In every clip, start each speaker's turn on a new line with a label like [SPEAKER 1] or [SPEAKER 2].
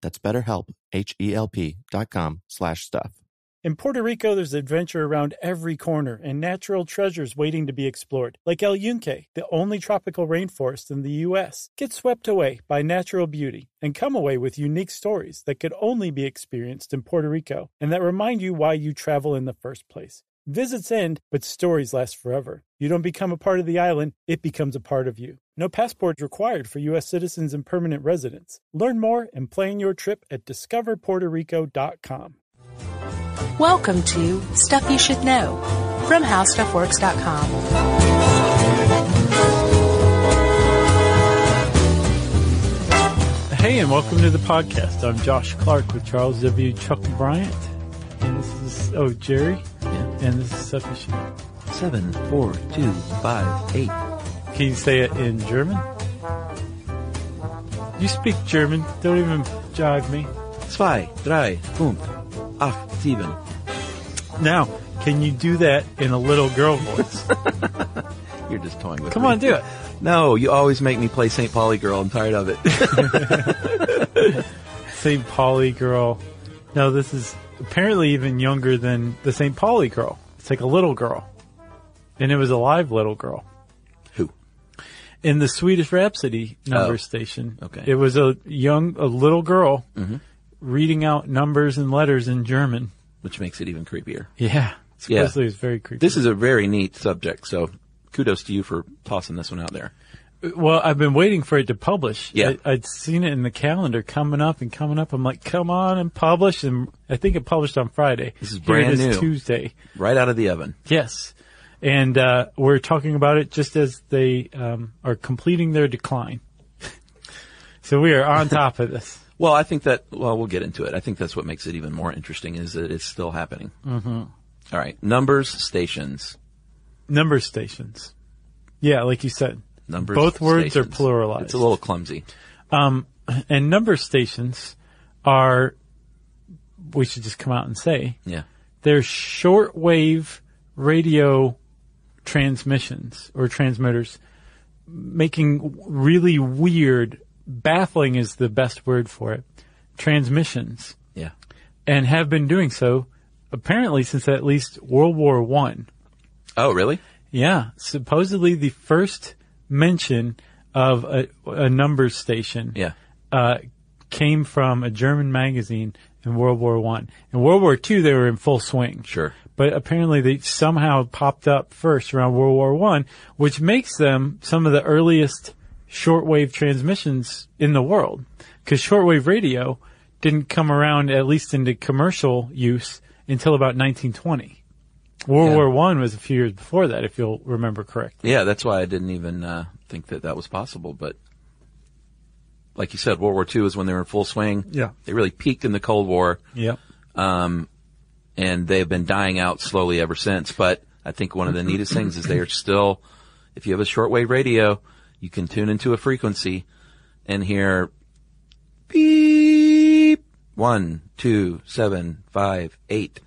[SPEAKER 1] That's betterhelp, H-E-L-P dot com slash stuff.
[SPEAKER 2] In Puerto Rico, there's adventure around every corner and natural treasures waiting to be explored, like El Yunque, the only tropical rainforest in the U.S. Get swept away by natural beauty and come away with unique stories that could only be experienced in Puerto Rico and that remind you why you travel in the first place. Visits end, but stories last forever. You don't become a part of the island, it becomes a part of you. No passport required for U.S. citizens and permanent residents. Learn more and plan your trip at discoverpuertorico.com.
[SPEAKER 3] Welcome to Stuff You Should Know from HowStuffWorks.com.
[SPEAKER 2] Hey, and welcome to the podcast. I'm Josh Clark with Charles W. Chuck Bryant. And this is, oh, Jerry.
[SPEAKER 4] Yeah.
[SPEAKER 2] And this is Stuff You Should Know.
[SPEAKER 4] Seven, four, two, five, eight.
[SPEAKER 2] Can you say it in German? You speak German. Don't even jive me.
[SPEAKER 4] Zwei, drei, fünf, acht, sieben.
[SPEAKER 2] Now, can you do that in a little girl voice?
[SPEAKER 4] You're just toying with
[SPEAKER 2] Come
[SPEAKER 4] me.
[SPEAKER 2] on, do it.
[SPEAKER 4] No, you always make me play St. Pauli girl. I'm tired of it.
[SPEAKER 2] St. Pauli girl. No, this is apparently even younger than the St. Pauli girl. It's like a little girl. And it was a live little girl.
[SPEAKER 4] Who?
[SPEAKER 2] In the Swedish Rhapsody number
[SPEAKER 4] Oh,
[SPEAKER 2] station.
[SPEAKER 4] okay. Mm-hmm.
[SPEAKER 2] It was a young, a little girl reading out numbers and letters in German.
[SPEAKER 4] Which makes it even creepier.
[SPEAKER 2] Yeah.
[SPEAKER 4] Yeah.
[SPEAKER 2] Supposedly it was very creepy.
[SPEAKER 4] This is a very neat subject, so kudos to you for tossing this one out there.
[SPEAKER 2] Well, I've been waiting for it to publish.
[SPEAKER 4] Yeah.
[SPEAKER 2] I, I'd seen it in the calendar coming up and coming up. I'm like, come on and publish. And I think it published on Friday.
[SPEAKER 4] This is
[SPEAKER 2] Here it
[SPEAKER 4] brand
[SPEAKER 2] is
[SPEAKER 4] new.
[SPEAKER 2] Tuesday.
[SPEAKER 4] Right out of the oven.
[SPEAKER 2] Yes. And, uh, we're talking about it just as they, um, are completing their decline. so we are on top of this.
[SPEAKER 4] Well, I think that, well, we'll get into it. I think that's what makes it even more interesting is that it's still happening. Mm-hmm. right. Numbers, stations.
[SPEAKER 2] Number stations. Yeah, like you said.
[SPEAKER 4] Numbers.
[SPEAKER 2] Both words are
[SPEAKER 4] stations.
[SPEAKER 2] pluralized.
[SPEAKER 4] It's a little clumsy.
[SPEAKER 2] and number stations are, we should just come out and say,
[SPEAKER 4] Yeah.
[SPEAKER 2] they're shortwave radio transmissions or transmitters making really weird, baffling is the best word for it, transmissions
[SPEAKER 4] Yeah.
[SPEAKER 2] and have been doing so apparently since at least World War One.
[SPEAKER 4] Oh, really?
[SPEAKER 2] Yeah, supposedly the first mention of a, a number station
[SPEAKER 4] Yeah.
[SPEAKER 2] uh, came from a German magazine in World War One. In World War Two, they were in full swing.
[SPEAKER 4] Sure.
[SPEAKER 2] but apparently they somehow popped up first around World War One, which makes them some of the earliest shortwave transmissions in the world. Because shortwave radio didn't come around, at least into commercial use, until about 1920. World
[SPEAKER 4] Yeah.
[SPEAKER 2] War One was a few years before that, if you'll remember correctly.
[SPEAKER 4] Yeah, that's why I didn't even uh, think that that was possible. But like you said, World War II is when they were in full swing.
[SPEAKER 2] Yeah.
[SPEAKER 4] They really peaked in the Cold War,
[SPEAKER 2] Yep.
[SPEAKER 4] and they've been dying out slowly ever since. But I think one of the neatest things is they are still, if you have a shortwave radio, you can tune into a frequency and hear beep one, two, seven, five, eight.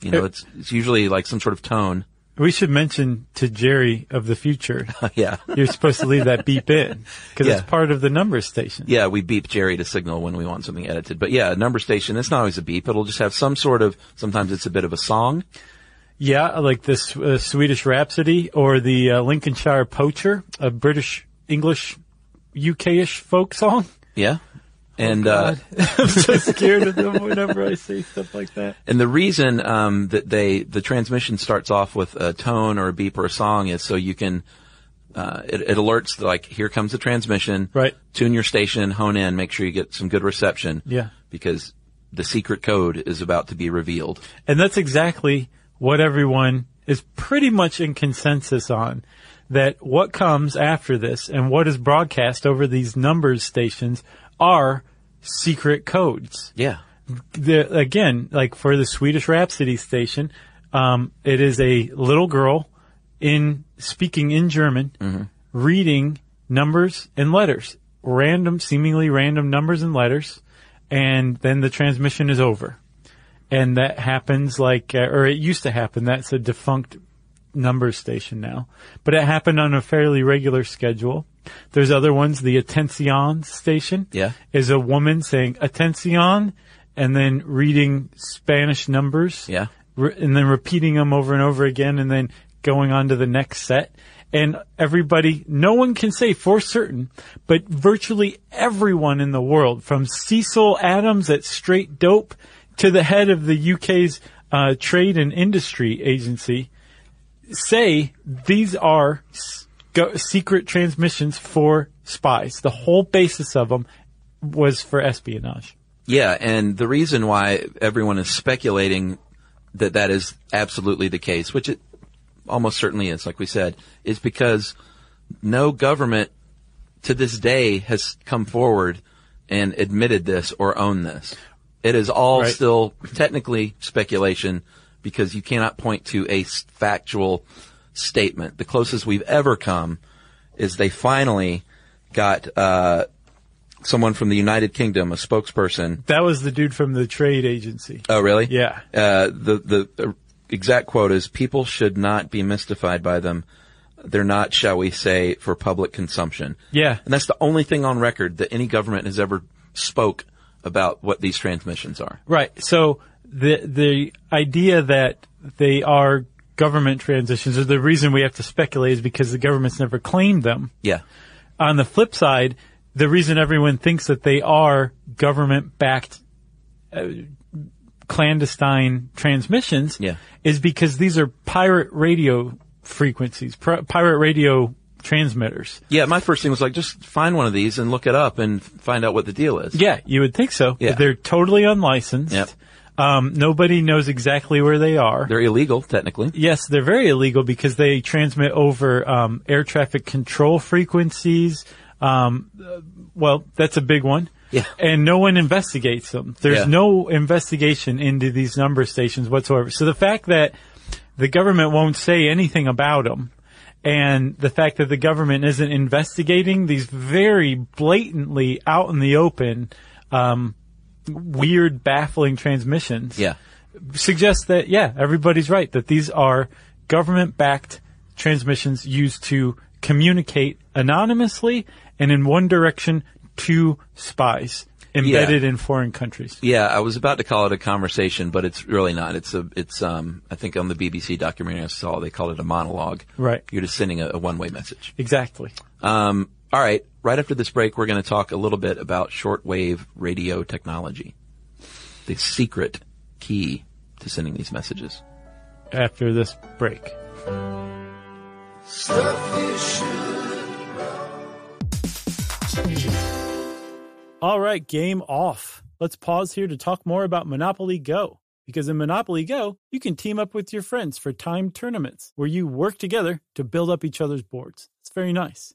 [SPEAKER 4] You know, it's, it's usually like some sort of tone.
[SPEAKER 2] We should mention to Jerry of the future
[SPEAKER 4] yeah.
[SPEAKER 2] you're supposed to leave that beep in because
[SPEAKER 4] Yeah.
[SPEAKER 2] it's part of the number station.
[SPEAKER 4] yeah, we beep Jerry to signal when we want something edited. But yeah, a number station, it's not always a beep. It'll just have some sort of, sometimes it's a bit of a song.
[SPEAKER 2] Yeah, like this uh, Swedish Rhapsody or the uh, Lincolnshire Poacher, a British, English, UK-ish folk song.
[SPEAKER 4] Yeah.
[SPEAKER 2] Oh,
[SPEAKER 4] And, uh,
[SPEAKER 2] I'm so scared of them whenever I see stuff like that.
[SPEAKER 4] and the reason, um, that they, the transmission starts off with a tone or a beep or a song is so you can, uh, it, it alerts like, here comes the transmission.
[SPEAKER 2] Right.
[SPEAKER 4] Tune your station, hone in, make sure you get some good reception.
[SPEAKER 2] Yeah.
[SPEAKER 4] Because the secret code is about to be revealed.
[SPEAKER 2] And that's exactly what everyone is pretty much in consensus on. That what comes after this and what is broadcast over these numbers stations are secret codes.
[SPEAKER 4] Yeah.
[SPEAKER 2] The, again, like for the Swedish Rhapsody station, um, it is a little girl in speaking in German, reading numbers and letters, random, seemingly random numbers and letters, and then the transmission is over. And that happens like, uh, or it used to happen. That's a defunct number station now, but it happened on a fairly regular schedule. There's other ones. The Attention station
[SPEAKER 4] Yeah.
[SPEAKER 2] is a woman saying Attention and then reading Spanish numbers
[SPEAKER 4] Yeah.
[SPEAKER 2] re- and then repeating them over and over again and then going on to the next set. And everybody, no one can say for certain, but virtually everyone in the world, from Cecil Adams at Straight Dope to the head of the UK's uh, Trade and Industry Agency, say these are s- go- secret transmissions for spies. The whole basis of them was for espionage.
[SPEAKER 4] Yeah, and the reason why everyone is speculating that that is absolutely the case, which it almost certainly is, like we said, is because no government to this day has come forward and admitted this or owned this. It is all
[SPEAKER 2] Right.
[SPEAKER 4] still technically speculation because you cannot point to a s- factual statement. The closest we've ever come is they finally got uh, someone from the United Kingdom, a spokesperson,
[SPEAKER 2] That was the dude from the trade agency.
[SPEAKER 4] Oh, really?
[SPEAKER 2] Yeah.
[SPEAKER 4] Uh, the the uh, exact quote is: "People should not be mystified by them. They're not, shall we say, for public consumption."
[SPEAKER 2] Yeah.
[SPEAKER 4] and that's the only thing on record that any government has ever spoke about what these transmissions are.
[SPEAKER 2] Right. So the the idea that they are government transitions, or the reason we have to speculate, is because the government's never claimed them.
[SPEAKER 4] Yeah,
[SPEAKER 2] On the flip side, the reason everyone thinks that they are government backed. Uh, clandestine transmissions
[SPEAKER 4] Yeah.
[SPEAKER 2] is because these are pirate radio frequencies, pir- pirate radio transmitters.
[SPEAKER 4] yeah. My first thing was like, just find one of these and look it up and find out what the deal is.
[SPEAKER 2] Yeah, you would think so.
[SPEAKER 4] Yeah.
[SPEAKER 2] But they're totally unlicensed.
[SPEAKER 4] Yep.
[SPEAKER 2] Um, nobody knows exactly where they are.
[SPEAKER 4] they're illegal technically.
[SPEAKER 2] Yes, they're very illegal because they transmit over um, air traffic control frequencies. Um, uh, well, that's a big one.
[SPEAKER 4] Yeah.
[SPEAKER 2] And no one investigates them. There's
[SPEAKER 4] Yeah.
[SPEAKER 2] no investigation into these number stations whatsoever. So the fact that the government won't say anything about them and the fact that the government isn't investigating these very blatantly out in the open, um, weird, baffling transmissions
[SPEAKER 4] Yeah,
[SPEAKER 2] suggests that yeah, everybody's right that these are government-backed transmissions used to communicate anonymously and in one direction to spies embedded in foreign countries.
[SPEAKER 4] yeah. I was about to call it a conversation, but it's really not. It's a, it's um. I think on the BBC documentary I saw, they called it a monologue.
[SPEAKER 2] Right.
[SPEAKER 4] You're just sending a, a one-way message.
[SPEAKER 2] Exactly.
[SPEAKER 4] Um, all right. Right after this break, we're going to talk a little bit about shortwave radio technology, the secret key to sending these messages.
[SPEAKER 2] After this break. All right, game off. Let's pause here to talk more about Monopoly Go. Because in Monopoly Go, you can team up with your friends for timed tournaments where you work together to build up each other's boards. It's very nice.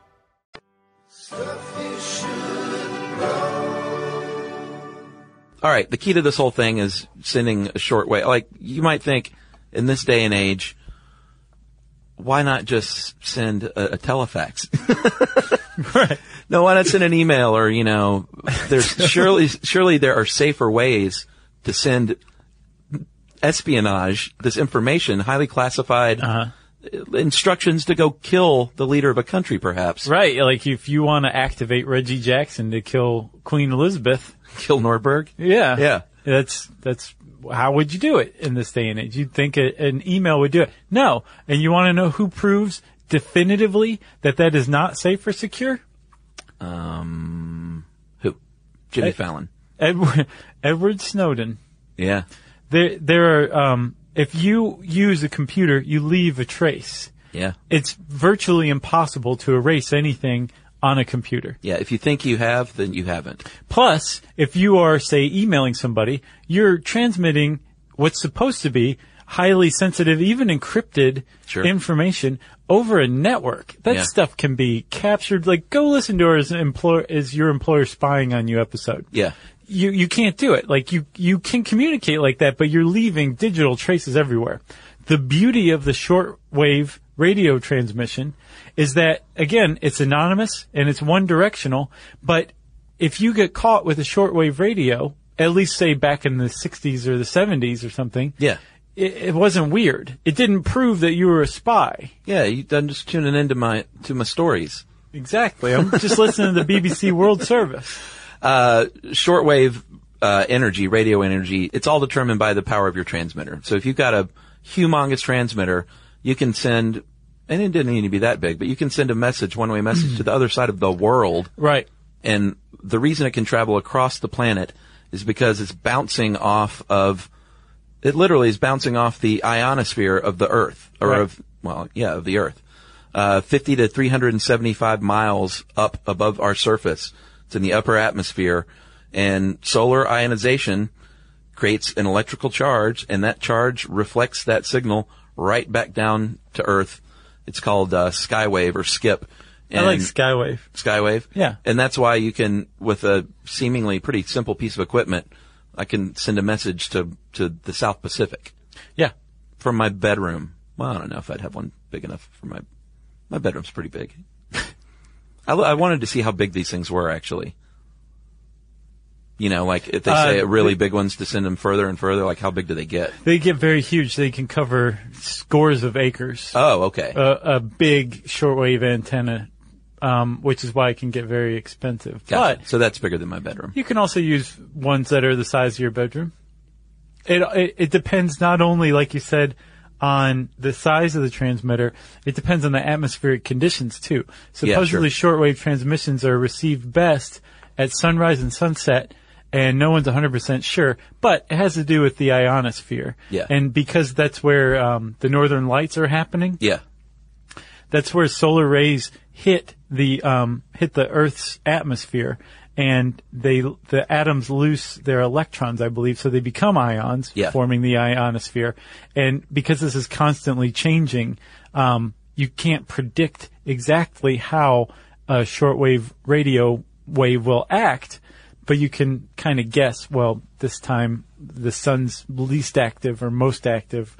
[SPEAKER 4] all right, the key to this whole thing is sending a short way. Like you might think in this day and age, why not just send a, a telefax?
[SPEAKER 5] Right.
[SPEAKER 4] No, why not send an email or, you know, there's surely, surely there are safer ways to send espionage, this information, highly classified
[SPEAKER 2] Uh-huh.
[SPEAKER 4] instructions to go kill the leader of a country, perhaps.
[SPEAKER 2] Right. Like if you want to activate Reggie Jackson to kill Queen Elizabeth,
[SPEAKER 4] Kill Norberg.
[SPEAKER 2] yeah,
[SPEAKER 4] Yeah.
[SPEAKER 2] that's that's how would you do it in this day and age? You'd think a, an email would do it. No, and you want to know who proves definitively that that is not safe or secure?
[SPEAKER 4] Um, Who? Jimmy Fallon.
[SPEAKER 2] Edward, Edward Snowden.
[SPEAKER 4] Yeah.
[SPEAKER 2] There, there are. Um, if you use a computer, you leave a trace.
[SPEAKER 4] Yeah.
[SPEAKER 2] It's virtually impossible to erase anything on a computer.
[SPEAKER 4] Yeah. If you think you have, then you haven't.
[SPEAKER 2] Plus, if you are, say, emailing somebody, you're transmitting what's supposed to be highly sensitive, even encrypted
[SPEAKER 4] Sure.
[SPEAKER 2] information over a network. That
[SPEAKER 4] Yeah.
[SPEAKER 2] stuff can be captured. Like, go listen to our is, employer, is your employer spying on you episode.
[SPEAKER 4] Yeah.
[SPEAKER 2] You, you can't do it. Like, you, you can communicate like that, but you're leaving digital traces everywhere. The beauty of the shortwave radio transmission is that, again, it's anonymous and it's one directional, but if you get caught with a shortwave radio, at least say back in the 60s or the 70s or something,
[SPEAKER 4] Yeah.
[SPEAKER 2] it, it wasn't weird. It didn't prove that you were a spy.
[SPEAKER 4] Yeah. You, I'm just tuning into my, to my stories.
[SPEAKER 2] Exactly. I'm just listening to the BBC World Service.
[SPEAKER 4] uh, shortwave uh, energy, radio energy, it's all determined by the power of your transmitter. So if you've got a humongous transmitter, you can send, and it didn't need to be that big, but you can send a message, one way message to the other side of the world.
[SPEAKER 2] Right.
[SPEAKER 4] And the reason it can travel across the planet is because it's bouncing off of, it literally is bouncing off the ionosphere of the Earth, or
[SPEAKER 2] Right.
[SPEAKER 4] of, well, yeah, of the Earth. Uh, 50 to 375 miles up above our surface. It's in the upper atmosphere. And solar ionization creates an electrical charge, and that charge reflects that signal right back down to Earth. It's called uh, skywave or skip.
[SPEAKER 2] I like
[SPEAKER 4] And-
[SPEAKER 2] Skywave.
[SPEAKER 4] Skywave.
[SPEAKER 2] Yeah.
[SPEAKER 4] And that's why you can, with a seemingly pretty simple piece of equipment, I can send a message to, to the South Pacific
[SPEAKER 2] Yeah.
[SPEAKER 4] from my bedroom. Well, I don't know if I'd have one big enough for my, my bedroom's pretty big. I, lo- I wanted to see how big these things were actually. You know, like if they
[SPEAKER 2] Uh,
[SPEAKER 4] say really big ones to send them further and further, like how big do they get?
[SPEAKER 2] They get very huge. They can cover scores of acres.
[SPEAKER 4] Oh, okay.
[SPEAKER 2] a, a big shortwave antenna, um, which is why it can get very expensive.
[SPEAKER 4] Gotcha.
[SPEAKER 2] But
[SPEAKER 4] so that's bigger than my bedroom.
[SPEAKER 2] You can also use ones that are the size of your bedroom. It, it it depends not only, like you said, on the size of the transmitter. It depends on the atmospheric conditions too. Supposedly, shortwave transmissions are received best at sunrise and sunset, and no one's 100 percent sure. But it has to do with the ionosphere.
[SPEAKER 4] Yeah.
[SPEAKER 2] And because that's where um, the northern lights are happening,
[SPEAKER 4] Yeah.
[SPEAKER 2] that's where solar rays hit the um, hit the Earth's atmosphere, and they the atoms lose their electrons, I believe, so they become ions,
[SPEAKER 4] Yeah.
[SPEAKER 2] forming the ionosphere. And because this is constantly changing, um, you can't predict exactly how a shortwave radio wave will act, but you can kind of guess. Well, this time the sun's least active or most active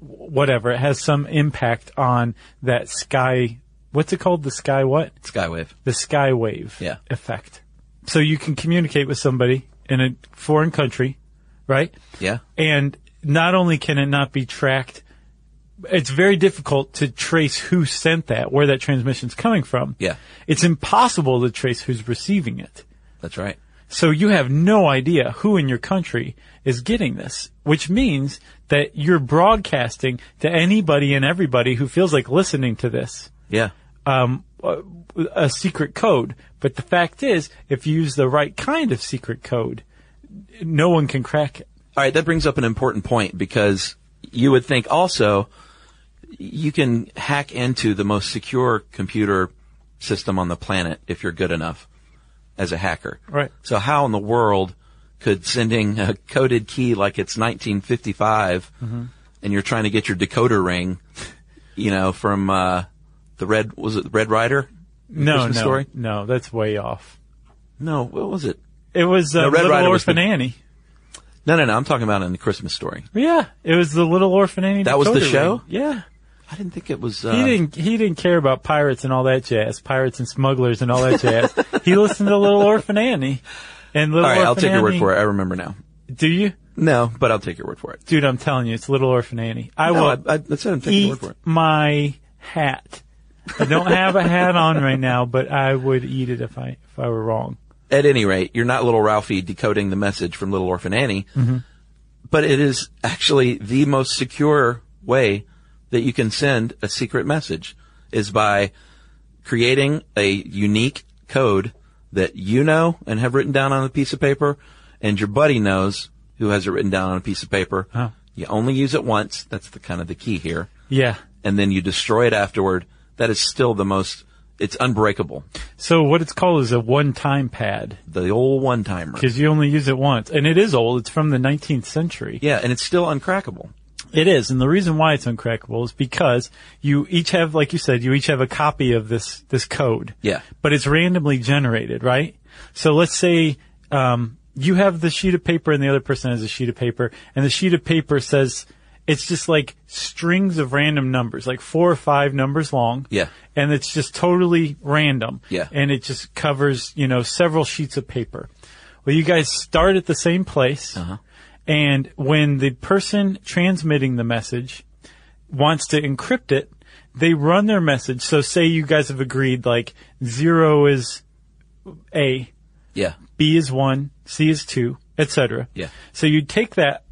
[SPEAKER 2] whatever. It has some impact on that sky. What's it called? The sky what?
[SPEAKER 4] Skywave.
[SPEAKER 2] The sky wave
[SPEAKER 4] Yeah.
[SPEAKER 2] effect. So you can communicate with somebody in a foreign country, right?
[SPEAKER 4] Yeah.
[SPEAKER 2] And not only can it not be tracked, it's very difficult to trace who sent that, where that transmission's coming from.
[SPEAKER 4] Yeah.
[SPEAKER 2] It's impossible to trace who's receiving it.
[SPEAKER 4] That's right.
[SPEAKER 2] So you have no idea who in your country is getting this, which means that you're broadcasting to anybody and everybody who feels like listening to this
[SPEAKER 4] Yeah.
[SPEAKER 2] um, a, a secret code. But the fact is, if you use the right kind of secret code, no one can crack it.
[SPEAKER 4] All right, that brings up an important point because you would think also you can hack into the most secure computer system on the planet if you're good enough as a hacker.
[SPEAKER 2] Right.
[SPEAKER 4] So how in the world could sending a coded key like it's 1955
[SPEAKER 2] Mm-hmm.
[SPEAKER 4] and you're trying to get your decoder ring, you know, from uh, the Red was it Red Rider?
[SPEAKER 2] No,
[SPEAKER 4] Christmas
[SPEAKER 2] no,
[SPEAKER 4] story?
[SPEAKER 2] no, that's way off.
[SPEAKER 4] No, what was it?
[SPEAKER 2] It was uh,
[SPEAKER 4] No, Red
[SPEAKER 2] Little
[SPEAKER 4] Rider was
[SPEAKER 2] Orphan
[SPEAKER 4] the-
[SPEAKER 2] Annie.
[SPEAKER 4] No, no, no. I'm talking about in the Christmas story.
[SPEAKER 2] Yeah, it was the little orphan Annie.
[SPEAKER 4] That was the
[SPEAKER 2] Dakota
[SPEAKER 4] show?
[SPEAKER 2] ring. Yeah,
[SPEAKER 4] I didn't think it was. Uh,
[SPEAKER 2] he didn't. He didn't care about pirates and all that jazz. Pirates and smugglers and all that jazz. he listened to Little Orphan Annie. And Little
[SPEAKER 4] All right,
[SPEAKER 2] Orphan
[SPEAKER 4] I'll take your word
[SPEAKER 2] Annie-
[SPEAKER 4] for it. I remember now.
[SPEAKER 2] Do you,
[SPEAKER 4] No, but I'll take your word for it.
[SPEAKER 2] dude? I'm telling you, it's Little Orphan Annie. I
[SPEAKER 4] No,
[SPEAKER 2] will
[SPEAKER 4] I, I, that's it. I'm taking your
[SPEAKER 2] eat
[SPEAKER 4] word for it.
[SPEAKER 2] my hat. I don't have a hat on right now, but I would eat it if I if I were wrong.
[SPEAKER 4] At any rate, you're not little Ralphie decoding the message from Little Orphan Annie,
[SPEAKER 2] Mm-hmm.
[SPEAKER 4] but it is actually the most secure way that you can send a secret message is by creating a unique code that you know and have written down on a piece of paper and your buddy knows who has it written down on a piece of paper.
[SPEAKER 2] Huh.
[SPEAKER 4] You only use it once. That's the kind of the key here.
[SPEAKER 2] Yeah.
[SPEAKER 4] and then you destroy it afterward, that is still the most, it's unbreakable.
[SPEAKER 2] So what it's called is a one-time pad
[SPEAKER 4] The old one timer.
[SPEAKER 2] because you only use it once, and it is old. It's from the 19th century.
[SPEAKER 4] Yeah, and it's still uncrackable.
[SPEAKER 2] It is, and the reason why it's uncrackable is because you each have, like you said, you each have a copy of this this code.
[SPEAKER 4] Yeah.
[SPEAKER 2] but it's randomly generated, right? So let's say um, you have the sheet of paper and the other person has a sheet of paper, and the sheet of paper says it's just like strings of random numbers, like four or five numbers long.
[SPEAKER 4] Yeah.
[SPEAKER 2] and it's just totally random.
[SPEAKER 4] Yeah.
[SPEAKER 2] and it just covers you know several sheets of paper. Well, you guys start at the same place.
[SPEAKER 4] Uh-huh.
[SPEAKER 2] And when the person transmitting the message wants to encrypt it, they run their message. So say you guys have agreed like zero is A,
[SPEAKER 4] Yeah.
[SPEAKER 2] B is one, C is two, etc.
[SPEAKER 4] Yeah.
[SPEAKER 2] So you take that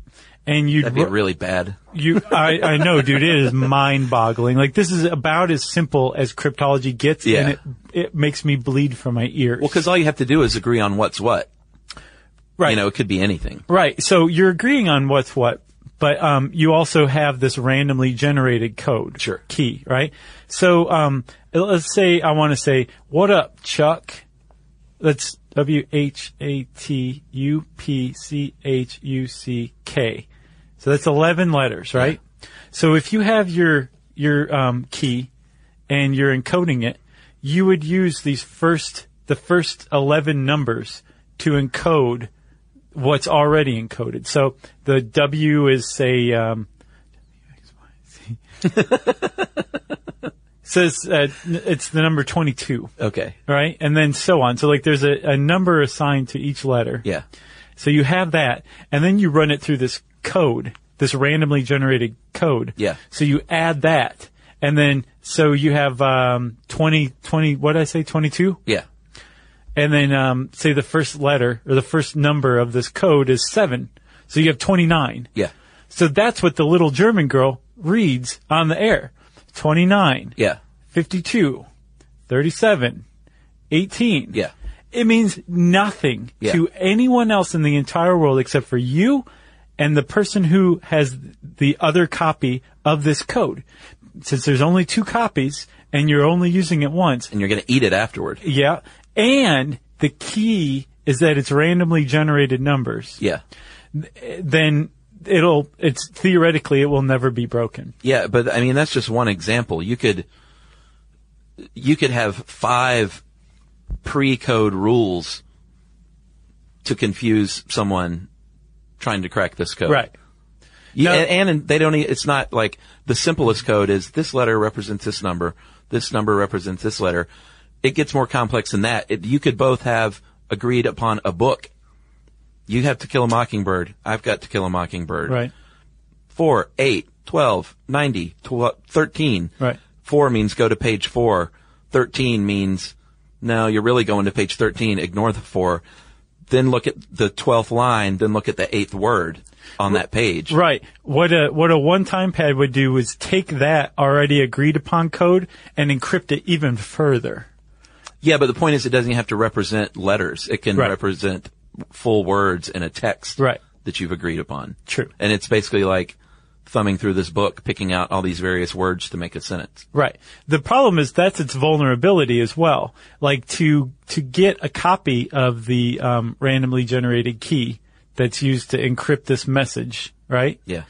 [SPEAKER 2] and you
[SPEAKER 4] That'd be really bad.
[SPEAKER 2] you I, I know, dude, it is mind boggling. Like this is about as simple as cryptology gets
[SPEAKER 4] Yeah.
[SPEAKER 2] and it it makes me bleed from my ears.
[SPEAKER 4] Well, cause all you have to do is agree on what's what.
[SPEAKER 2] right.
[SPEAKER 4] You know, it could be anything.
[SPEAKER 2] Right. So you're agreeing on what's what, but um, you also have this randomly generated code
[SPEAKER 4] Sure.
[SPEAKER 2] key, right? So um, let's say I want to say, "What up, Chuck?" That's W H A T U P C H U C K. So that's eleven letters, right? So if you have your your um, key and you're encoding it, you would use these first the first eleven numbers to encode what's already encoded. So the W is say um, says uh, n- it's the number twenty two,
[SPEAKER 4] Okay.
[SPEAKER 2] right? And then so on. So like there's a, a number assigned to each letter.
[SPEAKER 4] Yeah.
[SPEAKER 2] So you have that, and then you run it through this code, this randomly generated code.
[SPEAKER 4] Yeah.
[SPEAKER 2] So you add that, and then so you have um, 20, 20, what did I say, 22?
[SPEAKER 4] Yeah.
[SPEAKER 2] And then um, say the first letter or the first number of this code is 7. So you have 29.
[SPEAKER 4] Yeah.
[SPEAKER 2] So that's what the little German girl reads on the air. 29,
[SPEAKER 4] Yeah.
[SPEAKER 2] 52, 37, 18.
[SPEAKER 4] Yeah.
[SPEAKER 2] It means nothing
[SPEAKER 4] Yeah.
[SPEAKER 2] to anyone else in the entire world except for you and the person who has the other copy of this code. Since there's only two copies and you're only using it once,
[SPEAKER 4] And you're going to eat it afterward.
[SPEAKER 2] yeah. And the key is that it's randomly generated numbers.
[SPEAKER 4] Yeah.
[SPEAKER 2] Then it'll, it's theoretically, it will never be broken.
[SPEAKER 4] Yeah. But I mean, that's just one example. You could, you could have five pre-code rules to confuse someone trying to crack this code.
[SPEAKER 2] Right.
[SPEAKER 4] Yeah,
[SPEAKER 2] No.
[SPEAKER 4] and, and they don't. e- It's not like the simplest code is this letter represents this number, this number represents this letter. It gets more complex than that. It, you could both have agreed upon a book. You have to kill a mockingbird. I've got to kill a mockingbird.
[SPEAKER 2] Right.
[SPEAKER 4] Four, eight, 12, 90, tw- 13.
[SPEAKER 2] Right.
[SPEAKER 4] Four means go to page four. 13 means no, you're really going to page 13. Ignore the four. Then look at the 12th line. Then look at the eighth word on that page.
[SPEAKER 2] Right. What a, what a one-time pad would do is take that already agreed upon code and encrypt it even further.
[SPEAKER 4] Yeah, but the point is, it doesn't have to represent letters. It can
[SPEAKER 2] Right.
[SPEAKER 4] represent full words in a text
[SPEAKER 2] Right.
[SPEAKER 4] that you've agreed upon.
[SPEAKER 2] True.
[SPEAKER 4] And it's basically like thumbing through this book, picking out all these various words to make a sentence.
[SPEAKER 2] Right. The problem is that's its vulnerability as well. Like to to get a copy of the um, randomly generated key that's used to encrypt this message, right?
[SPEAKER 4] Yeah.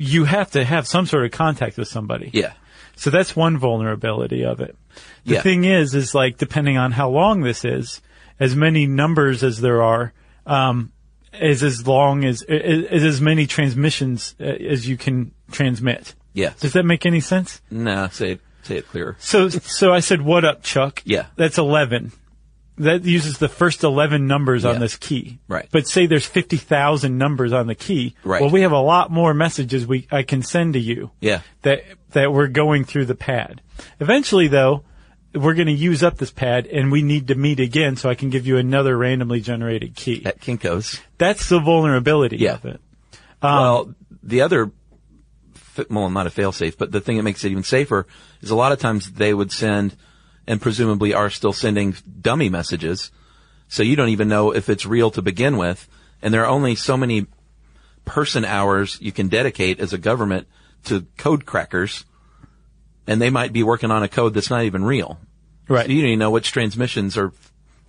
[SPEAKER 2] You have to have some sort of contact with somebody.
[SPEAKER 4] Yeah.
[SPEAKER 2] So that's one vulnerability of it. The
[SPEAKER 4] Yeah.
[SPEAKER 2] thing is, is like depending on how long this is, as many numbers as there are, um, is as long as is, is as many transmissions uh, as you can transmit.
[SPEAKER 4] Yes.
[SPEAKER 2] Does that make any sense?
[SPEAKER 4] No, say it, say it clearer.
[SPEAKER 2] So so I said, "What up, Chuck?"
[SPEAKER 4] Yeah.
[SPEAKER 2] That's eleven. That uses the first eleven numbers
[SPEAKER 4] Yeah.
[SPEAKER 2] on this key.
[SPEAKER 4] Right.
[SPEAKER 2] But say there's fifty thousand numbers on the key.
[SPEAKER 4] Right.
[SPEAKER 2] Well, we have a lot more messages we I can send to you.
[SPEAKER 4] Yeah.
[SPEAKER 2] That that we're going through the pad. Eventually, though. We're going to use up this pad and we need to meet again so I can give you another randomly generated key.
[SPEAKER 4] At Kinko's.
[SPEAKER 2] That's the vulnerability
[SPEAKER 4] Yeah.
[SPEAKER 2] of it.
[SPEAKER 4] well, the other, fa- well, not a fail safe, but the thing that makes it even safer is a lot of times they would send, and presumably are still sending dummy messages, so you don't even know if it's real to begin with, and there are only so many person hours you can dedicate as a government to code crackers, and they might be working on a code that's not even real.
[SPEAKER 2] Right.
[SPEAKER 4] So you don't even know which transmissions are,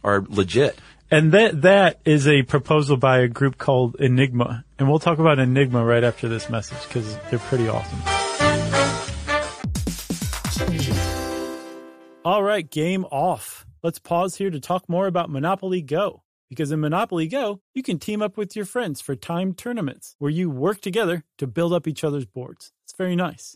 [SPEAKER 4] are legit.
[SPEAKER 2] And that that is a proposal by a group called Enigma. And we'll talk about Enigma right after this message because they're pretty awesome.
[SPEAKER 5] All right, game off. Let's pause here to talk more about Monopoly Go. Because in Monopoly Go, you can team up with your friends for timed tournaments where you work together to build up each other's boards. It's very nice.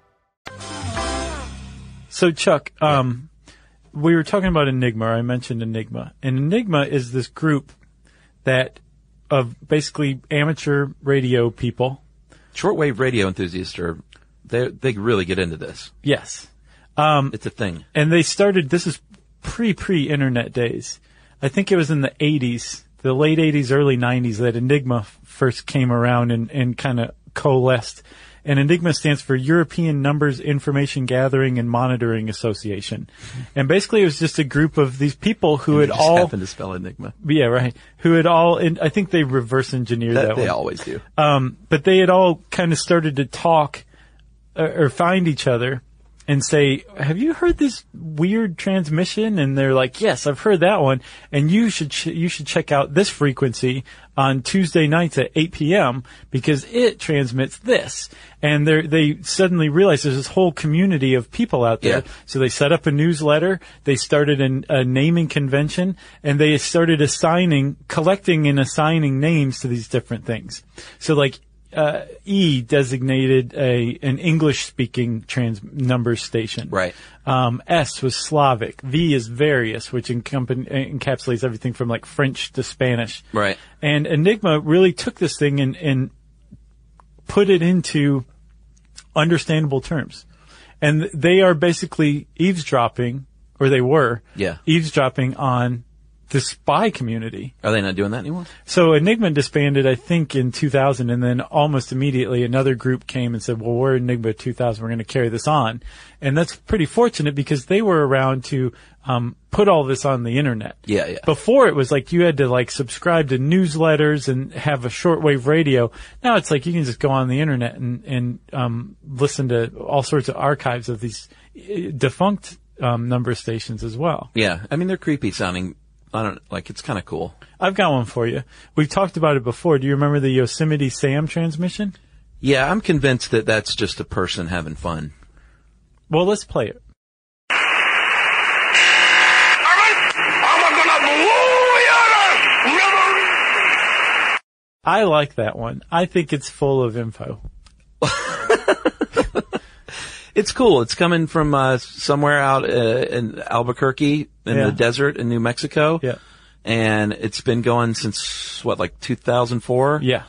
[SPEAKER 2] So Chuck, um, we were talking about Enigma. I mentioned Enigma, and Enigma is this group that of basically amateur radio people
[SPEAKER 4] Shortwave radio enthusiasts are, they they really get into this.
[SPEAKER 2] Yes.
[SPEAKER 4] It's a thing.
[SPEAKER 2] And they started, this is pre, pre internet days. I think it was in the 80s, the late 80s, early 90s that Enigma f- first came around and, and kind of coalesced. And Enigma stands for European Numbers Information Gathering and Monitoring Association. And basically it was just a group of these people who
[SPEAKER 4] Mm-hmm. They
[SPEAKER 2] had
[SPEAKER 4] just
[SPEAKER 2] all,
[SPEAKER 4] happen to spell Enigma.
[SPEAKER 2] yeah, right, who had all, and I think they reverse engineered that,
[SPEAKER 4] That, Uh, they
[SPEAKER 2] one.
[SPEAKER 4] always do.
[SPEAKER 2] Um, but they had all kind of started to talk uh, or, or find each other and say, have you heard this weird transmission? And they're like, yes, I've heard that one. And you should, ch- you should check out this frequency on Tuesday nights at 8 p.m. because it transmits this. And they they suddenly realize there's this whole community of people out there.
[SPEAKER 4] Yeah.
[SPEAKER 2] So they set up a newsletter. They started an, a naming convention and they started assigning, collecting and assigning names to these different things. So like, uh, E designated a, an English speaking trans number station.
[SPEAKER 4] Right.
[SPEAKER 2] Um, S was Slavic. V is various, which encompa- encapsulates everything from like French to Spanish.
[SPEAKER 4] Right.
[SPEAKER 2] And Enigma really took this thing and, and put it into understandable terms. And they are basically eavesdropping, or they were
[SPEAKER 4] Yeah.
[SPEAKER 2] eavesdropping on the spy community.
[SPEAKER 4] Are they not doing that anymore?
[SPEAKER 2] So Enigma disbanded, I think, in 2000, and then almost immediately another group came and said, "Well, we're Enigma 2000. We're going to carry this on," and that's pretty fortunate because they were around to um, put all this on the internet.
[SPEAKER 4] Yeah, yeah.
[SPEAKER 2] Before it was like you had to like subscribe to newsletters and have a shortwave radio. Now it's like you can just go on the internet and and um, listen to all sorts of archives of these eh, defunct um, number stations as well.
[SPEAKER 4] Yeah. I mean, they're creepy sounding. I don't like. It's kind of cool.
[SPEAKER 2] I've got one for you. We've talked about it before. Do you remember the Yosemite Sam transmission?
[SPEAKER 4] Yeah, I'm convinced that that's just a person having fun.
[SPEAKER 2] Well, let's play it. I like that one. I think it's full of info.
[SPEAKER 4] It's cool. It's coming from uh, somewhere out uh, in Albuquerque in
[SPEAKER 2] Yeah.
[SPEAKER 4] the desert in New Mexico.
[SPEAKER 2] Yeah.
[SPEAKER 4] And it's been going since what, like 2004?
[SPEAKER 2] Yeah.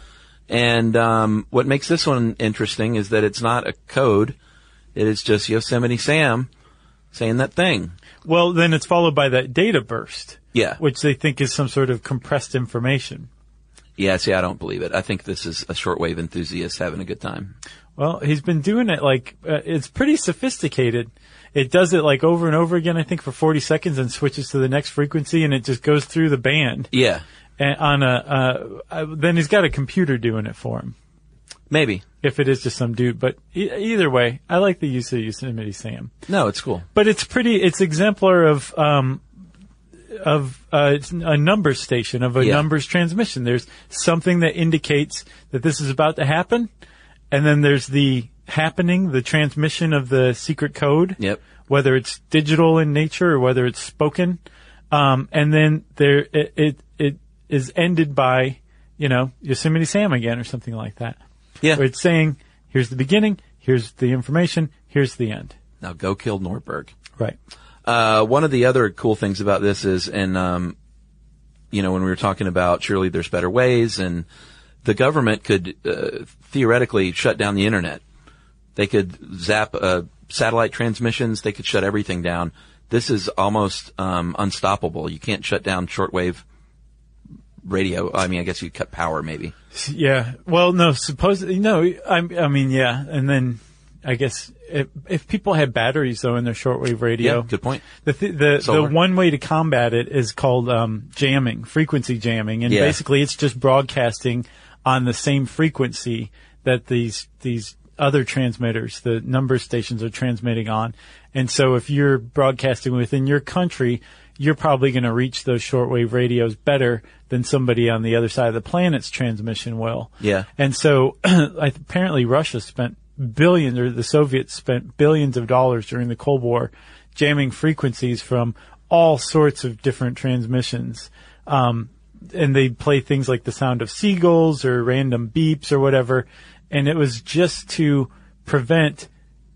[SPEAKER 4] And um, what makes this one interesting is that it's not a code. It is just Yosemite Sam saying that thing.
[SPEAKER 2] Well, then it's followed by that data burst,
[SPEAKER 4] Yeah.
[SPEAKER 2] which they think is some sort of compressed information.
[SPEAKER 4] Yeah, see, I don't believe it. I think this is a shortwave enthusiast having a good time.
[SPEAKER 2] Well, he's been doing it like uh, it's pretty sophisticated. It does it like over and over again, I think, for 40 seconds and switches to the next frequency and it just goes through the band.
[SPEAKER 4] Yeah.
[SPEAKER 2] And on a, uh, uh, then he's got a computer doing it for him.
[SPEAKER 4] Maybe.
[SPEAKER 2] If it is just some dude, but e- either way, I like the use of Yosemite Sam.
[SPEAKER 4] No, it's cool.
[SPEAKER 2] But it's pretty. It's exemplar of um, of uh, it's a numbers station of a
[SPEAKER 4] Yeah.
[SPEAKER 2] numbers transmission. There's something that indicates that this is about to happen, and then there's the happening, the transmission of the secret code.
[SPEAKER 4] Yep.
[SPEAKER 2] Whether it's digital in nature or whether it's spoken, um, and then there it, it it is ended by you know Yosemite Sam again or something like that.
[SPEAKER 4] Yeah.
[SPEAKER 2] Where it's saying here's the beginning, here's the information, here's the end.
[SPEAKER 4] Now go kill Nordberg.
[SPEAKER 2] Right.
[SPEAKER 4] Uh, one of the other cool things about this is, and um, you know, when we were talking about surely there's better ways, and the government could uh, theoretically shut down the internet. They could zap uh, satellite transmissions. They could shut everything down. This is almost um, unstoppable. You can't shut down shortwave radio. I mean, I guess you cut power, maybe.
[SPEAKER 2] Yeah. Well, no, supposedly, no, I, I mean, yeah. And then I guess if, if people had batteries though in their shortwave radio.
[SPEAKER 4] Yeah, good point.
[SPEAKER 2] The, th- the, the
[SPEAKER 4] Solar.
[SPEAKER 2] one way to combat it is called, um, jamming, frequency jamming. And
[SPEAKER 4] Yeah.
[SPEAKER 2] basically it's just broadcasting on the same frequency that these, these other transmitters, the number stations are transmitting on. And so if you're broadcasting within your country, you're probably going to reach those shortwave radios better than somebody on the other side of the planet's transmission will.
[SPEAKER 4] Yeah.
[SPEAKER 2] And so I th- apparently Russia spent billions, or the Soviets spent billions of dollars during the Cold War jamming frequencies from all sorts of different transmissions. Um, and they play things like the sound of seagulls or random beeps or whatever. And it was just to prevent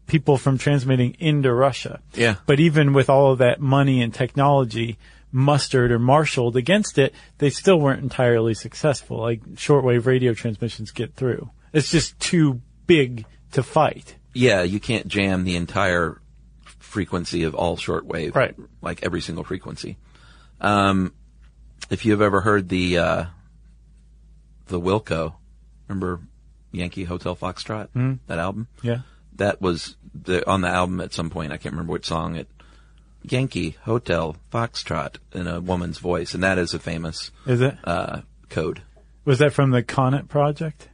[SPEAKER 2] people from transmitting into Russia.
[SPEAKER 4] Yeah.
[SPEAKER 2] But even with all of that money and technology mustered or marshaled against it, they still weren't entirely successful. Like shortwave radio transmissions get through. It's just too big to fight.
[SPEAKER 4] Yeah, you can't jam the entire frequency of all shortwave.
[SPEAKER 2] Right.
[SPEAKER 4] Like every single frequency. Um, if you've ever heard the, uh, the Wilco, remember Yankee Hotel Foxtrot? Mm. That album?
[SPEAKER 2] Yeah.
[SPEAKER 4] That was the, on the album at some point. I can't remember which song it, Yankee Hotel Foxtrot in a woman's voice. And that is a famous,
[SPEAKER 2] Is it?
[SPEAKER 4] uh, code.
[SPEAKER 2] Was that from the Connet project?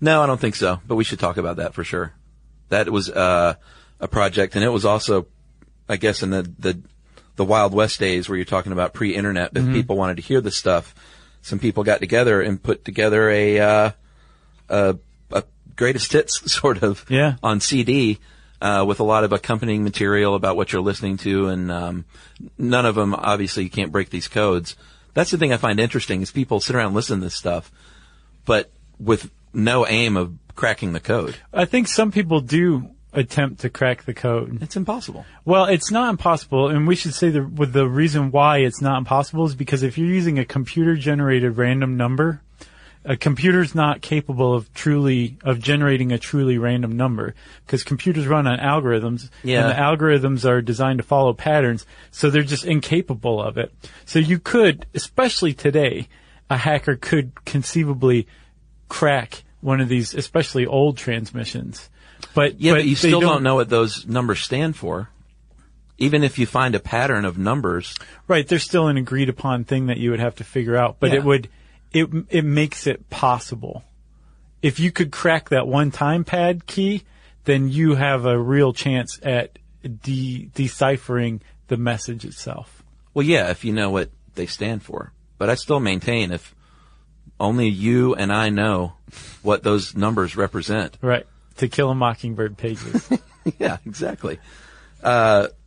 [SPEAKER 4] No, I don't think so, but we should talk about that for sure. That was, uh, a project and it was also, I guess in the, the, the Wild West days where you're talking about pre-internet, if people wanted to hear this stuff, some people got together and put together a, uh, a, a greatest hits sort of
[SPEAKER 2] Yeah.
[SPEAKER 4] on CD, uh, with a lot of accompanying material about what you're listening to and, um, none of them, obviously you can't break these codes. That's the thing I find interesting is people sit around and listen to this stuff but with no aim of cracking the code.
[SPEAKER 2] I think some people do attempt to crack the code.
[SPEAKER 4] It's impossible.
[SPEAKER 2] Well, it's not impossible, and we should say the with the reason why it's not impossible is because if you're using a computer generated random number, a computer's not capable of truly of generating a truly random number because computers run on algorithms,
[SPEAKER 4] Yeah.
[SPEAKER 2] and the algorithms are designed to follow patterns, so they're just incapable of it. So you could, especially today, a hacker could conceivably crack one of these, especially old transmissions. But
[SPEAKER 4] Yeah, but, you
[SPEAKER 2] they
[SPEAKER 4] still don't, know what those numbers stand for. Even if you find a pattern of numbers,
[SPEAKER 2] Right, there's still an agreed upon thing that you would have to figure out, but
[SPEAKER 4] Yeah.
[SPEAKER 2] it would it it makes it possible. If you could crack that one time pad key, then you have a real chance at de- deciphering the message itself.
[SPEAKER 4] well, yeah, if you know what they stand for. But I still maintain if only you and I know what those numbers represent.
[SPEAKER 2] Right. To kill a mockingbird pages.
[SPEAKER 4] Yeah, exactly.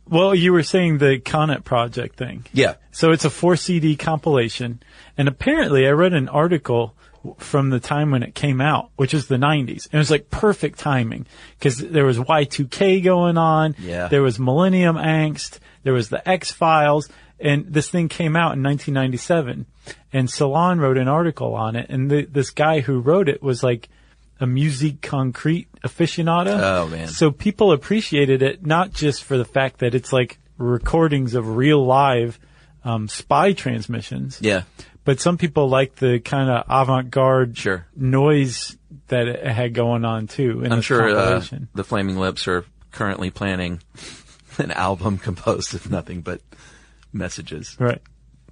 [SPEAKER 2] well, you were saying the Connet project thing.
[SPEAKER 4] Yeah.
[SPEAKER 2] So it's a four CD compilation, and apparently I read an article from the time when it came out, which is the 90s. And it was like perfect timing because there was Y2K going on.
[SPEAKER 4] Yeah.
[SPEAKER 2] There was Millennium Angst. There was the X Files. And this thing came out in 1997. And Salon wrote an article on it. And the, this guy who wrote it was like a music concrete aficionado.
[SPEAKER 4] Oh, man.
[SPEAKER 2] So people appreciated it not just for the fact that it's like recordings of real live um, spy transmissions
[SPEAKER 4] Yeah.
[SPEAKER 2] but some people like the kind of avant-garde
[SPEAKER 4] Sure.
[SPEAKER 2] noise that it had going on too. In
[SPEAKER 4] I'm
[SPEAKER 2] this
[SPEAKER 4] sure uh,
[SPEAKER 2] compilation.
[SPEAKER 4] the Flaming Lips are currently planning an album composed of nothing but messages
[SPEAKER 2] right.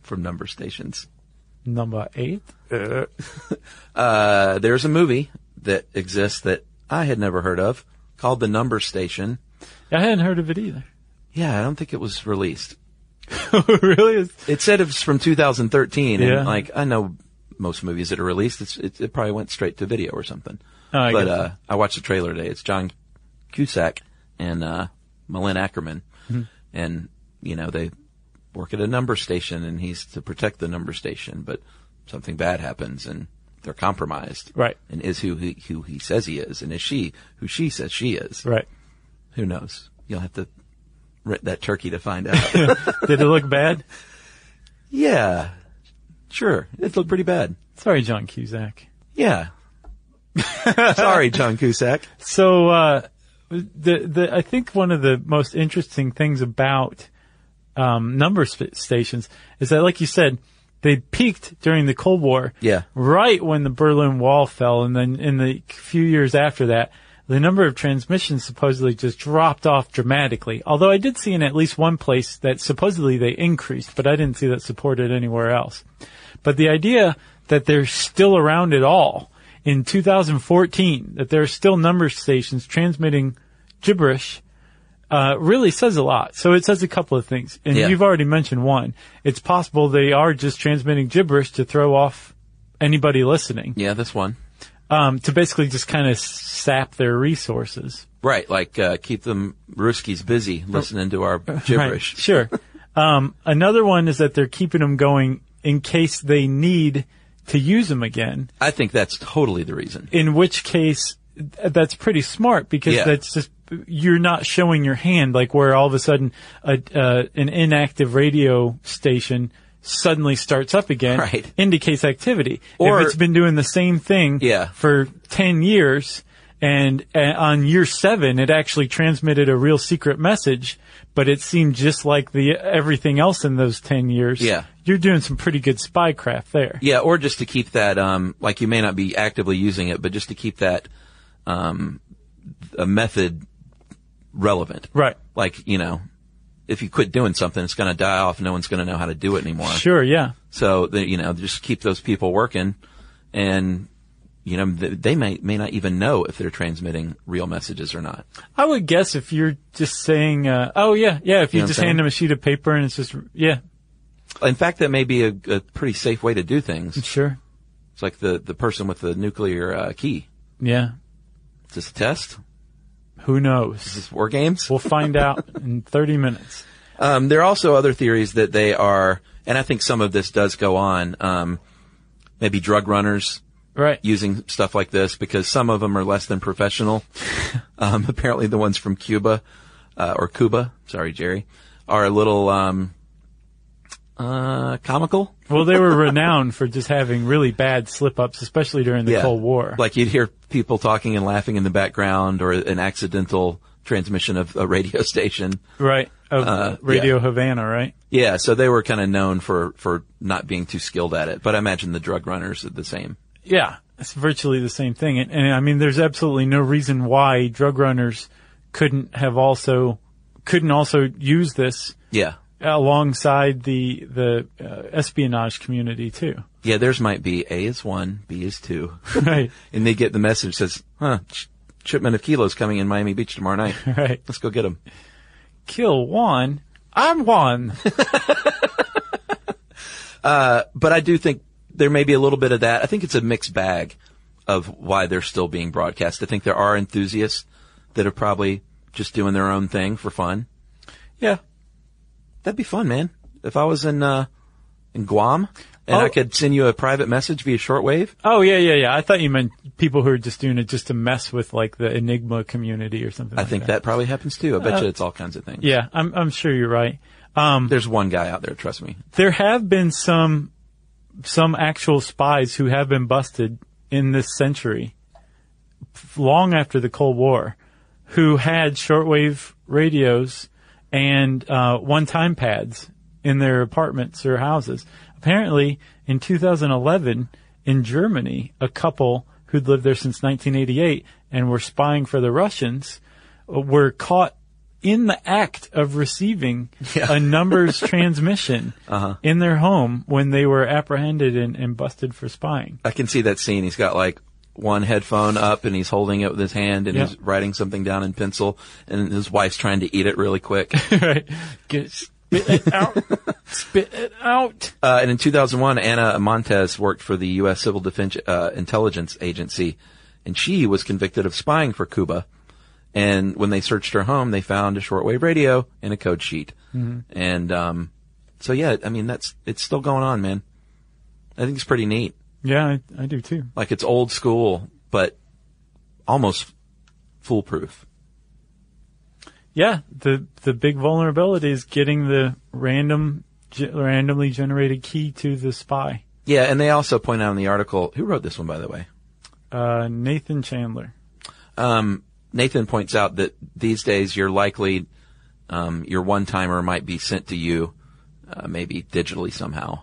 [SPEAKER 4] from number stations.
[SPEAKER 2] Number eight.
[SPEAKER 4] Uh, there's a movie that exists that I had never heard of called The Number Station.
[SPEAKER 2] I hadn't heard of it either. Oh,
[SPEAKER 4] Yeah, I don't think it was released.
[SPEAKER 2] really? It's-
[SPEAKER 4] It said it was from 2013,
[SPEAKER 2] Yeah.
[SPEAKER 4] and like I know most movies that are released, it's, it, it probably went straight to video or something.
[SPEAKER 2] Oh, I
[SPEAKER 4] but
[SPEAKER 2] gotcha.
[SPEAKER 4] uh, I watched the trailer today. It's John Cusack and uh, Malin Ackerman,
[SPEAKER 2] Mm-hmm.
[SPEAKER 4] and you know they work at a number station, and he's to protect the number station, but something bad happens, and they're compromised.
[SPEAKER 2] Right.
[SPEAKER 4] And is who he, who he says he is, and is she who she says she is?
[SPEAKER 2] Right.
[SPEAKER 4] Who knows? You'll have to rent that turkey to find out.
[SPEAKER 2] Did it look bad?
[SPEAKER 4] Yeah. Sure. It looked pretty bad.
[SPEAKER 2] Sorry, John Cusack.
[SPEAKER 4] Yeah. Sorry, John Cusack.
[SPEAKER 2] So, uh, the, the, I think one of the most interesting things about, um, number sp- stations is that, like you said, they peaked during the Cold War.
[SPEAKER 4] Yeah.
[SPEAKER 2] Right when the Berlin Wall fell. And then in the few years after that, the number of transmissions supposedly just dropped off dramatically. Although I did see in at least one place that supposedly they increased, but I didn't see that supported anywhere else. But the idea that they're still around at all in 2014, that there are still number stations transmitting gibberish, uh, really says a lot. So it says a couple of things, and
[SPEAKER 4] Yeah.
[SPEAKER 2] you've already mentioned one. It's possible they are just transmitting gibberish to throw off anybody listening,
[SPEAKER 4] Yeah, this one.
[SPEAKER 2] um, to basically just kind of sap their resources.
[SPEAKER 4] Right, like uh, keep them Ruskies busy listening to our gibberish.
[SPEAKER 2] Right. Sure. um, another one is that they're keeping them going in case they need to use them again.
[SPEAKER 4] I think that's totally the reason.
[SPEAKER 2] in which case th- that's pretty smart because
[SPEAKER 4] Yeah.
[SPEAKER 2] that's just you're not showing your hand like where all of a sudden a, uh, an inactive radio station suddenly starts up again
[SPEAKER 4] Right.
[SPEAKER 2] indicates activity
[SPEAKER 4] Or-
[SPEAKER 2] if it's been doing the same thing
[SPEAKER 4] Yeah.
[SPEAKER 2] for 10 years and uh, on year 7 it actually transmitted a real secret message but it seemed just like the everything else in those 10 years
[SPEAKER 4] Yeah.
[SPEAKER 2] you're doing some pretty good spy craft there
[SPEAKER 4] Yeah, or just to keep that, um, like you may not be actively using it, but just to keep that um, a method relevant.
[SPEAKER 2] right
[SPEAKER 4] Like, you know, if you quit doing something, it's going to die off. No one's going to know how to do it anymore.
[SPEAKER 2] sure yeah
[SPEAKER 4] So the, you know, just keep those people working, and you know th- they may may not even know if they're transmitting real messages or not.
[SPEAKER 2] I would guess if you're just saying, uh, oh yeah, yeah, if you,
[SPEAKER 4] know what I'm
[SPEAKER 2] just
[SPEAKER 4] saying?
[SPEAKER 2] hand them a sheet of paper and it's just, yeah,
[SPEAKER 4] In fact, that may be a, a pretty safe way to do things.
[SPEAKER 2] sure,
[SPEAKER 4] It's like the the person with the nuclear uh, key.
[SPEAKER 2] yeah,
[SPEAKER 4] Is this a test?
[SPEAKER 2] who knows?
[SPEAKER 4] Is this war games?
[SPEAKER 2] We'll find out in 30 minutes.
[SPEAKER 4] Um, there are also other theories that they are, and I think some of this does go on. Um, maybe drug runners
[SPEAKER 2] Right.
[SPEAKER 4] using stuff like this because some of them are less than professional. um, apparently, the ones from Cuba uh, or Cuba, sorry, Jerry, are a little um, uh, comical.
[SPEAKER 2] well, they were renowned for just having really bad slip ups, especially during the Cold War.
[SPEAKER 4] Like you'd hear people talking and laughing in the background, or an accidental transmission of a radio station.
[SPEAKER 2] right. Of
[SPEAKER 4] Uh,
[SPEAKER 2] Radio
[SPEAKER 4] yeah.
[SPEAKER 2] Havana, right?
[SPEAKER 4] Yeah, so they were kind of known for for not being too skilled at it. But I imagine the drug runners are the same.
[SPEAKER 2] Yeah. It's virtually the same thing. And, and I mean, there's absolutely no reason why drug runners couldn't have also, couldn't also use this
[SPEAKER 4] Yeah,
[SPEAKER 2] alongside the, the uh, espionage community too.
[SPEAKER 4] yeah. Theirs might be A is one, B is two.
[SPEAKER 2] right.
[SPEAKER 4] and they get the message says, huh, sh- shipment of kilos coming in Miami Beach tomorrow night.
[SPEAKER 2] Right.
[SPEAKER 4] Let's go get them.
[SPEAKER 2] Kill one. I'm one.
[SPEAKER 4] But I do think there may be a little bit of that. I think it's a mixed bag of why they're still being broadcast. I think there are enthusiasts that are probably just doing their own thing for fun.
[SPEAKER 2] yeah.
[SPEAKER 4] That'd be fun, man. If I was in, uh, in Guam, and
[SPEAKER 2] Oh.
[SPEAKER 4] I could send you a private message via shortwave.
[SPEAKER 2] Oh yeah, yeah, yeah. I thought you meant people who are just doing it just to mess with like the Enigma community or something.
[SPEAKER 4] I
[SPEAKER 2] like
[SPEAKER 4] think
[SPEAKER 2] that.
[SPEAKER 4] that probably happens too. I bet you it's all kinds of things.
[SPEAKER 2] Uh, Yeah, I'm I'm sure you're right. Um,
[SPEAKER 4] There's one guy out there, trust me.
[SPEAKER 2] there have been some some actual spies who have been busted in this century, f- long after the Cold War, who had shortwave radios and uh, one-time pads in their apartments or houses. Apparently, in 2011 in Germany, a couple who'd lived there since 1988 and were spying for the Russians uh, were caught in the act of receiving a numbers transmission in their home when they were apprehended and, and busted for spying.
[SPEAKER 4] I can see that scene. He's got like one headphone up and he's holding it with his hand and
[SPEAKER 2] Yeah.
[SPEAKER 4] he's writing something down in pencil and his wife's trying to eat it really quick.
[SPEAKER 2] right? Get, spit it out. spit it out.
[SPEAKER 4] Uh, and in 2001, Anna Montes worked for the U.S. Civil Defense uh, Intelligence Agency, and she was convicted of spying for Cuba. And when they searched her home, they found a shortwave radio and a code sheet. And um, so, yeah, I mean, that's it's still going on, man. I think it's pretty neat.
[SPEAKER 2] Yeah, I, I do too.
[SPEAKER 4] Like it's old school, but almost foolproof.
[SPEAKER 2] Yeah, the the big vulnerability is getting the random, ge- randomly generated key to the spy.
[SPEAKER 4] Yeah, and they also point out in the article who wrote this one, by the way.
[SPEAKER 2] Uh, Nathan Chandler.
[SPEAKER 4] um, Nathan points out that these days you're likely um, your one timer might be sent to you, uh, maybe digitally somehow,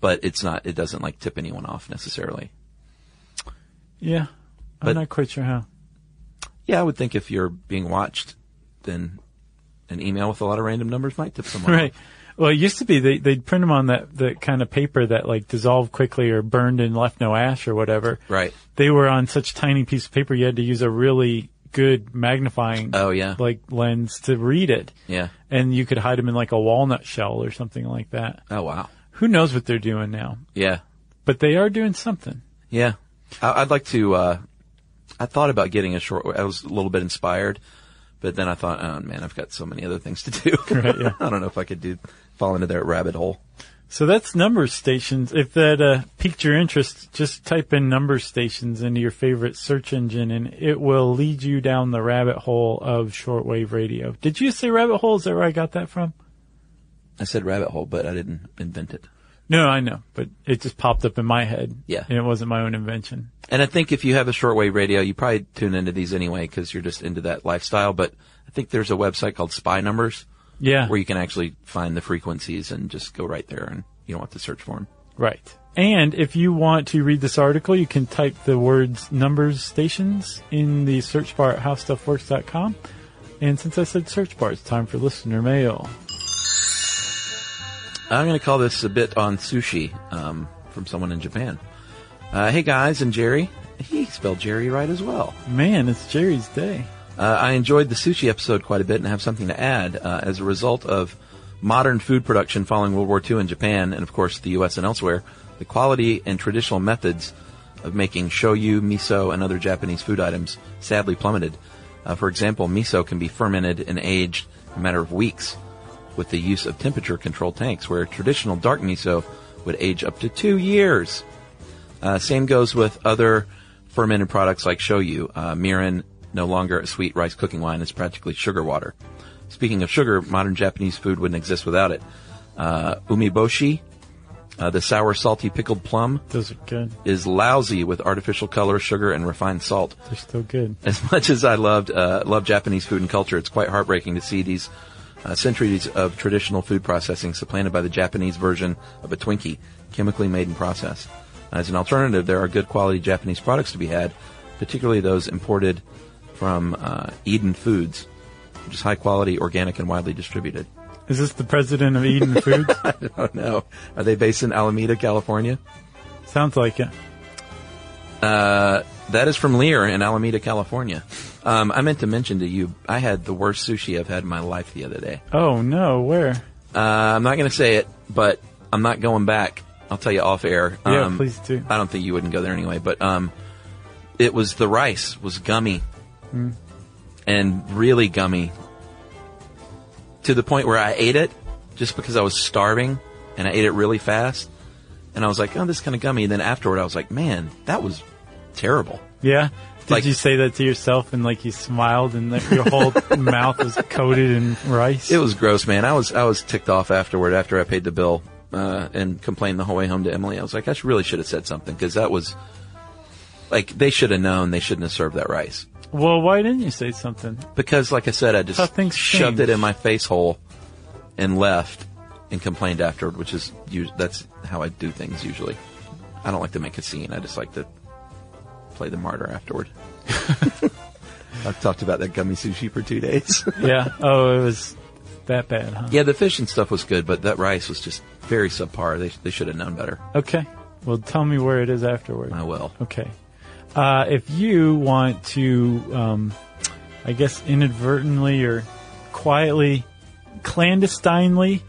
[SPEAKER 4] but it's not. It doesn't like tip anyone off necessarily.
[SPEAKER 2] Yeah,
[SPEAKER 4] But-
[SPEAKER 2] I'm not quite sure how.
[SPEAKER 4] Yeah, I would think if you're being watched, then an email with a lot of random numbers might tip someone.
[SPEAKER 2] Right. Well, it used to be they, they'd print them on that, that kind of paper that like dissolved quickly or burned and left no ash or whatever.
[SPEAKER 4] Right.
[SPEAKER 2] They were on such tiny piece of paper you had to use a really good magnifying
[SPEAKER 4] Oh yeah.
[SPEAKER 2] like lens to read it.
[SPEAKER 4] yeah.
[SPEAKER 2] and you could hide them in like a walnut shell or something like that.
[SPEAKER 4] Oh wow.
[SPEAKER 2] Who knows what they're doing now?
[SPEAKER 4] Yeah.
[SPEAKER 2] But they are doing something.
[SPEAKER 4] Yeah. I, I'd like to, uh, I thought about getting a short, I was a little bit inspired, but then I thought, oh man, I've got so many other things to do.
[SPEAKER 2] Right, yeah.
[SPEAKER 4] I don't know if I could do, fall into that rabbit hole.
[SPEAKER 2] So that's number stations. If that uh, piqued your interest, just type in number stations into your favorite search engine, and it will lead you down the rabbit hole of shortwave radio. Did you say rabbit hole? Is that where I got that from?
[SPEAKER 4] I said rabbit hole, but I didn't invent it.
[SPEAKER 2] No, I know, but it just popped up in my head.
[SPEAKER 4] Yeah.
[SPEAKER 2] and it wasn't my own invention.
[SPEAKER 4] And I think if you have a shortwave radio, you probably tune into these anyway because you're just into that lifestyle, but I think there's a website called Spy Numbers
[SPEAKER 2] Yeah,
[SPEAKER 4] where you can actually find the frequencies and just go right there and you don't have to search for them.
[SPEAKER 2] Right. And if you want to read this article, you can type the words numbers stations in the search bar at howstuffworks.com. And since I said search bar, it's time for listener mail.
[SPEAKER 4] I'm going to call this a bit on sushi um, from someone in Japan. Uh, hey guys, I'm Jerry. He spelled Jerry right as well.
[SPEAKER 2] Man, it's Jerry's day.
[SPEAKER 4] Uh, I enjoyed the sushi episode quite a bit and have something to add. Uh, as a result of modern food production following World War II in Japan and, of course, the U.S. and elsewhere, the quality and traditional methods of making shoyu, miso, and other Japanese food items sadly plummeted. Uh, for example, miso can be fermented and aged in a matter of weeks with the use of temperature controlled tanks, where traditional dark miso would age up to two years. Uh, same goes with other fermented products like shoyu. Uh, mirin, no longer a sweet rice cooking wine, is practically sugar water. Speaking of sugar, modern Japanese food wouldn't exist without it. Uh, umeboshi, uh, the sour, salty pickled plum,
[SPEAKER 2] Those are good.
[SPEAKER 4] is lousy with artificial color, sugar, and refined salt
[SPEAKER 2] They're still good.
[SPEAKER 4] as much as I loved uh, love Japanese food and culture, it's quite heartbreaking to see these uh, centuries of traditional food processing supplanted by the Japanese version of a Twinkie, chemically made and processed. As an alternative, there are good quality Japanese products to be had, particularly those imported from uh, Eden Foods, which is high quality, organic, and widely distributed.
[SPEAKER 2] Is this the president of Eden Foods?
[SPEAKER 4] Oh no, are they based in Alameda, California?
[SPEAKER 2] Sounds like it.
[SPEAKER 4] Uh, that is from Lear in Alameda, California. Um, I meant to mention to you, I had the worst sushi I've had in my life the other day.
[SPEAKER 2] Oh no, where?
[SPEAKER 4] Uh, I'm not going to say it, but I'm not going back. I'll tell you off air. Um,
[SPEAKER 2] Yeah, please do.
[SPEAKER 4] I don't think you wouldn't go there anyway, but um, it was the rice was gummy
[SPEAKER 2] Mm.
[SPEAKER 4] and really gummy to the point where I ate it just because I was starving and I ate it really fast. And I was like, oh, this is kind of gummy. And then afterward, I was like, man, that was terrible.
[SPEAKER 2] Yeah. Did
[SPEAKER 4] Like-
[SPEAKER 2] you say that to yourself and like you smiled and like, your whole mouth was coated in rice?
[SPEAKER 4] It was gross, man. I was I was ticked off afterward after I paid the bill uh, and complained the whole way home to Emily. I was like, I sh- really should have said something because that was like they should have known they shouldn't have served that rice
[SPEAKER 2] well, why didn't you say something?
[SPEAKER 4] because, like I said,
[SPEAKER 2] How
[SPEAKER 4] I just
[SPEAKER 2] things
[SPEAKER 4] shoved
[SPEAKER 2] change.
[SPEAKER 4] it in my face hole and left and complained afterward, which is us- that's how I do things usually. I don't like to make a scene. I just like to play the martyr afterward. I've talked about that gummy sushi for two days.
[SPEAKER 2] Yeah. Oh, it was that bad, huh?
[SPEAKER 4] Yeah, the fish and stuff was good, but that rice was just very subpar. They, they should have known better. Oh,
[SPEAKER 2] Okay. Well, tell me where it is afterward.
[SPEAKER 4] I will.
[SPEAKER 2] Okay. Uh, if you want to, um, I guess, inadvertently or quietly, clandestinely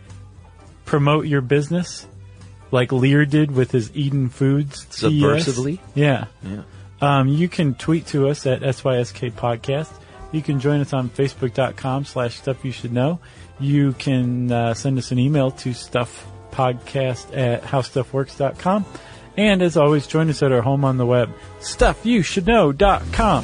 [SPEAKER 2] promote your business, like Lear did with his Eden Foods. CES.
[SPEAKER 4] Subversively?
[SPEAKER 2] Yeah.
[SPEAKER 4] Yeah.
[SPEAKER 2] Um, you can tweet to us at SYSK Podcast. You can join us on Facebook.com slash Stuff You Should Know. You can uh, send us an email to stuffpodcast at howstuffworks.com. And as always, join us at our home on the web, stuffyoushouldknow.com.